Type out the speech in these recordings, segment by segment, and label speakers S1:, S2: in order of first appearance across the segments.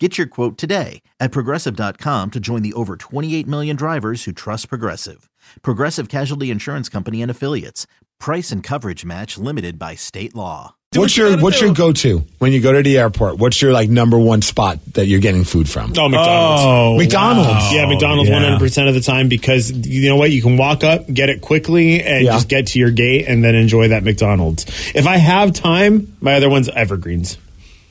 S1: Get your quote today at progressive.com to join the over 28 million drivers who trust Progressive. Progressive Casualty Insurance Company and Affiliates. Price and coverage match limited by state law.
S2: what's your what's your go to when you go to the airport? What's your like number one spot that you're getting food from?
S3: Oh, McDonald's.
S4: Oh,
S2: McDonald's.
S4: wow.
S3: Yeah, McDonald's
S4: Yeah.
S3: one hundred percent of the time because you know what? You can walk up, get it quickly, and
S2: Yeah.
S3: just get to your gate and then enjoy that McDonald's. If I have time, my other one's Evergreens.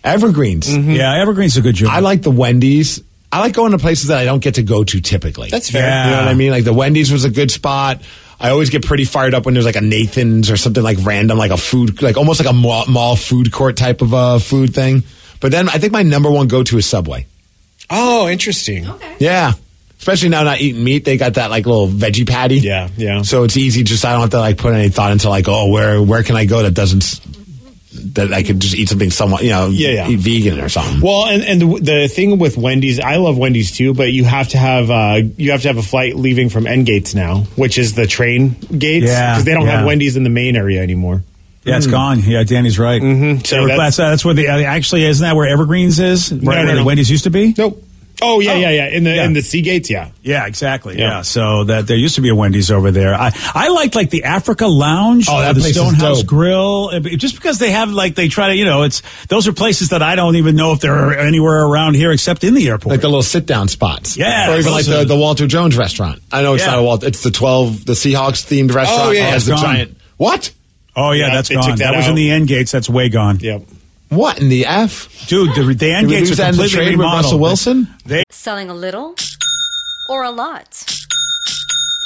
S2: Evergreens.
S3: Mm-hmm.
S4: Yeah, Evergreen's a good job.
S2: Mm-hmm. I like the Wendy's. I like going to places that I don't get to go to typically.
S3: That's fair.
S4: Yeah.
S2: You know what I mean? Like the Wendy's was a good spot. I always get pretty fired up when there's like a Nathan's or something like random, like a food, like almost like a mall, mall food court type of uh, food thing. But then I think my number one go to is Subway.
S3: Oh, interesting.
S2: Yeah. Especially now not eating meat, they got that like little veggie patty.
S3: Yeah, yeah.
S2: So it's easy. Just I don't have to like put any thought into like, oh, where where can I go that doesn't s- that I could just eat something somewhat, you know,
S3: Yeah, yeah.
S2: eat vegan or something.
S3: Well, and, and the, the thing with Wendy's, I love Wendy's too, but you have to have uh, you have to have a flight leaving from End Gates now, which is the train gates,
S4: Yeah,
S3: because they don't
S4: yeah.
S3: have Wendy's in the main area anymore.
S4: yeah,
S2: Mm.
S4: it's gone. Yeah, Danny's right. Mm-hmm.
S3: So
S4: So
S3: that's-
S4: that's, that's where the uh, actually isn't that where Evergreen's is? Right
S3: no,
S4: where the
S3: no.
S4: Wendy's used to be.
S3: Nope. Oh yeah, yeah, yeah. In the
S4: Yeah.
S3: in the Sea Gates, yeah.
S4: Yeah, exactly.
S3: Yeah.
S4: Yeah. so that there used to be a Wendy's over there. I I liked like the Africa Lounge,
S2: Oh, that
S4: uh, the
S2: place is
S4: Stonehouse
S2: dope.
S4: Grill, uh, b- just because they have like they try to you know it's those are places that I don't even know if they're anywhere around here except in the airport.
S2: like uh, the little sit down spots.
S4: Yeah,
S2: Or even like the,
S4: those are-
S2: the Walter Jones restaurant. I know it's
S4: Yeah.
S2: not a Walter, it's the 12, the Seahawks themed restaurant.
S3: yeah,
S2: that has
S4: it's
S2: the
S4: gone.
S2: giant. What?
S4: oh yeah,
S3: Yeah,
S4: that's
S3: they
S4: gone.
S3: took
S4: That,
S3: that
S4: was in
S3: out.
S4: the end gates. That's way gone.
S3: Yep.
S2: What in the F?
S4: Dude, the, the end
S2: Did we
S4: gates
S2: lose
S4: are
S2: that in the
S4: completely
S2: trade with
S4: remodeled.
S2: Russell Wilson?
S5: Selling a little or a lot?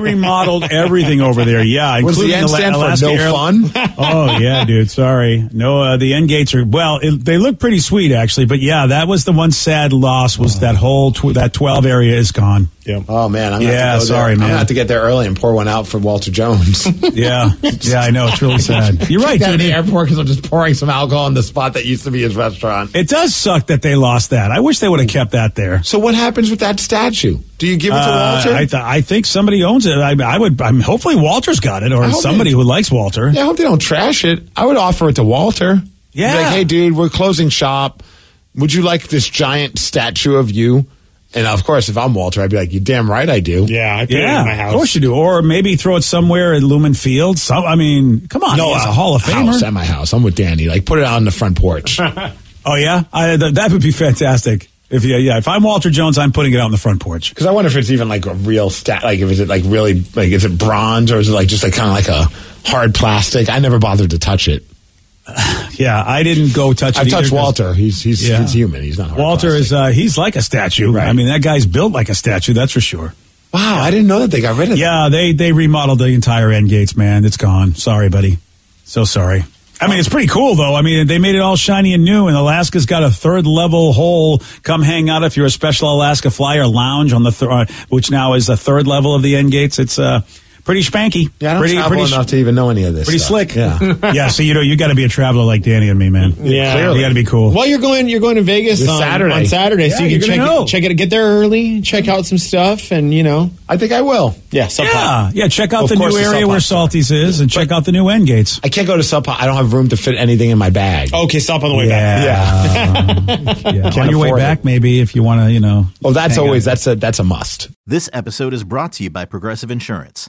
S4: remodeled everything over there. Yeah,
S2: Was
S4: including
S2: the N
S4: Ala-
S2: stand for
S4: Alaska
S2: no
S4: Airlines.
S2: fun?
S4: oh yeah, dude. Sorry. No, uh, the end gates are well. It, they look pretty sweet actually, but yeah, that was the one sad loss was that whole tw- that twelve area is gone.
S3: Yep.
S2: Oh man, I'm gonna
S4: Yeah,
S2: have to go there.
S4: sorry,
S2: I'm gonna
S4: man.
S2: have to get there early and pour one out for Walter Jones.
S4: Yeah, yeah, I know. It's really sad. You're right,
S2: Down at
S4: dude.
S2: the
S4: It,
S2: airport because I'm just pouring some alcohol in the spot that used to be his restaurant.
S4: it does suck that they lost that. I wish they would have kept that there.
S2: So what happens with that statue? Do you give it to
S4: Uh,
S2: Walter?
S4: I, th- I think somebody owns it. I, I would. I'm hopefully Walter's got it, or
S2: hope
S4: somebody
S2: it-
S4: who likes Walter.
S2: Yeah, I hope they don't trash it. I would offer it to Walter.
S4: Yeah.
S2: Be Like, hey, dude, we're closing shop. Would you like this giant statue of you? And of course, if I'm Walter, I'd be like, you damn right I do.
S3: Yeah, I put it in my
S4: Yeah,
S3: house.
S4: of course you do. Or maybe throw it somewhere at Lumen Field. Some, I mean, come on, no, it's a Oh, uh, Hall of Famer.
S2: uh, House, at my house. I'm with Danny. Like, put it out on the front porch.
S4: Oh yeah, I, th- that would be fantastic. If yeah, yeah, if I'm Walter Jones, I'm putting it out on the front porch.
S2: Because I wonder if it's even like a real stat. Like, if is it like really, like, is it bronze or is it like just like kind of like a hard plastic? I never bothered to touch it.
S4: Yeah, I didn't go touch. it
S2: I
S4: either
S2: touched
S4: 'cause-
S2: Walter. He's he's,
S4: Yeah.
S2: he's human. He's not hard
S4: Walter
S2: plastic.
S4: is uh, he's like a statue.
S2: Right.
S4: I mean, that guy's built like a statue. That's for sure.
S2: Wow, I didn't know that they got rid of that.
S4: Yeah, they they remodeled the entire end gates. Man, it's gone. Sorry, buddy. So sorry. I mean, it's pretty cool though. I mean, they made it all shiny and new, and Alaska's got a third level hole. Come hang out if you're a special Alaska flyer lounge on the th- uh, which now is the third level of the end gates. It's uh, pretty spanky.
S2: Yeah, I don't
S4: pretty,
S2: travel
S4: pretty,
S2: enough to even know any of this.
S4: pretty
S2: stuff.
S4: slick.
S2: Yeah.
S4: yeah. So you know, you got to be a traveler like Danny and me, man.
S3: Yeah. Clearly.
S4: you got to be cool.
S3: Well, you're going you're going to Vegas
S2: This
S3: on
S2: Saturday.
S3: on Saturday, so
S4: Yeah,
S3: you
S4: you're
S3: can
S4: gonna
S3: check
S4: know.
S3: it, check it. Get there early, check out some stuff, and you know,
S2: I think I will.
S3: yeah, something.
S4: Yeah, yeah. Check out
S2: Of
S4: the
S2: course
S4: new
S2: the
S4: area
S2: Sub
S4: where
S2: Pop's
S4: Salty's is, and check out the new end gates.
S2: I can't go to Sub Pop. I don't have room to fit anything in my bag.
S4: Oh.
S3: Okay, stop on the way back.
S4: Yeah, yeah. On your way
S2: afford it.
S4: back, maybe if you want to, you know.
S2: Oh, that's
S4: Hang
S2: always that's a that's a must.
S1: This episode is brought to you by Progressive Insurance.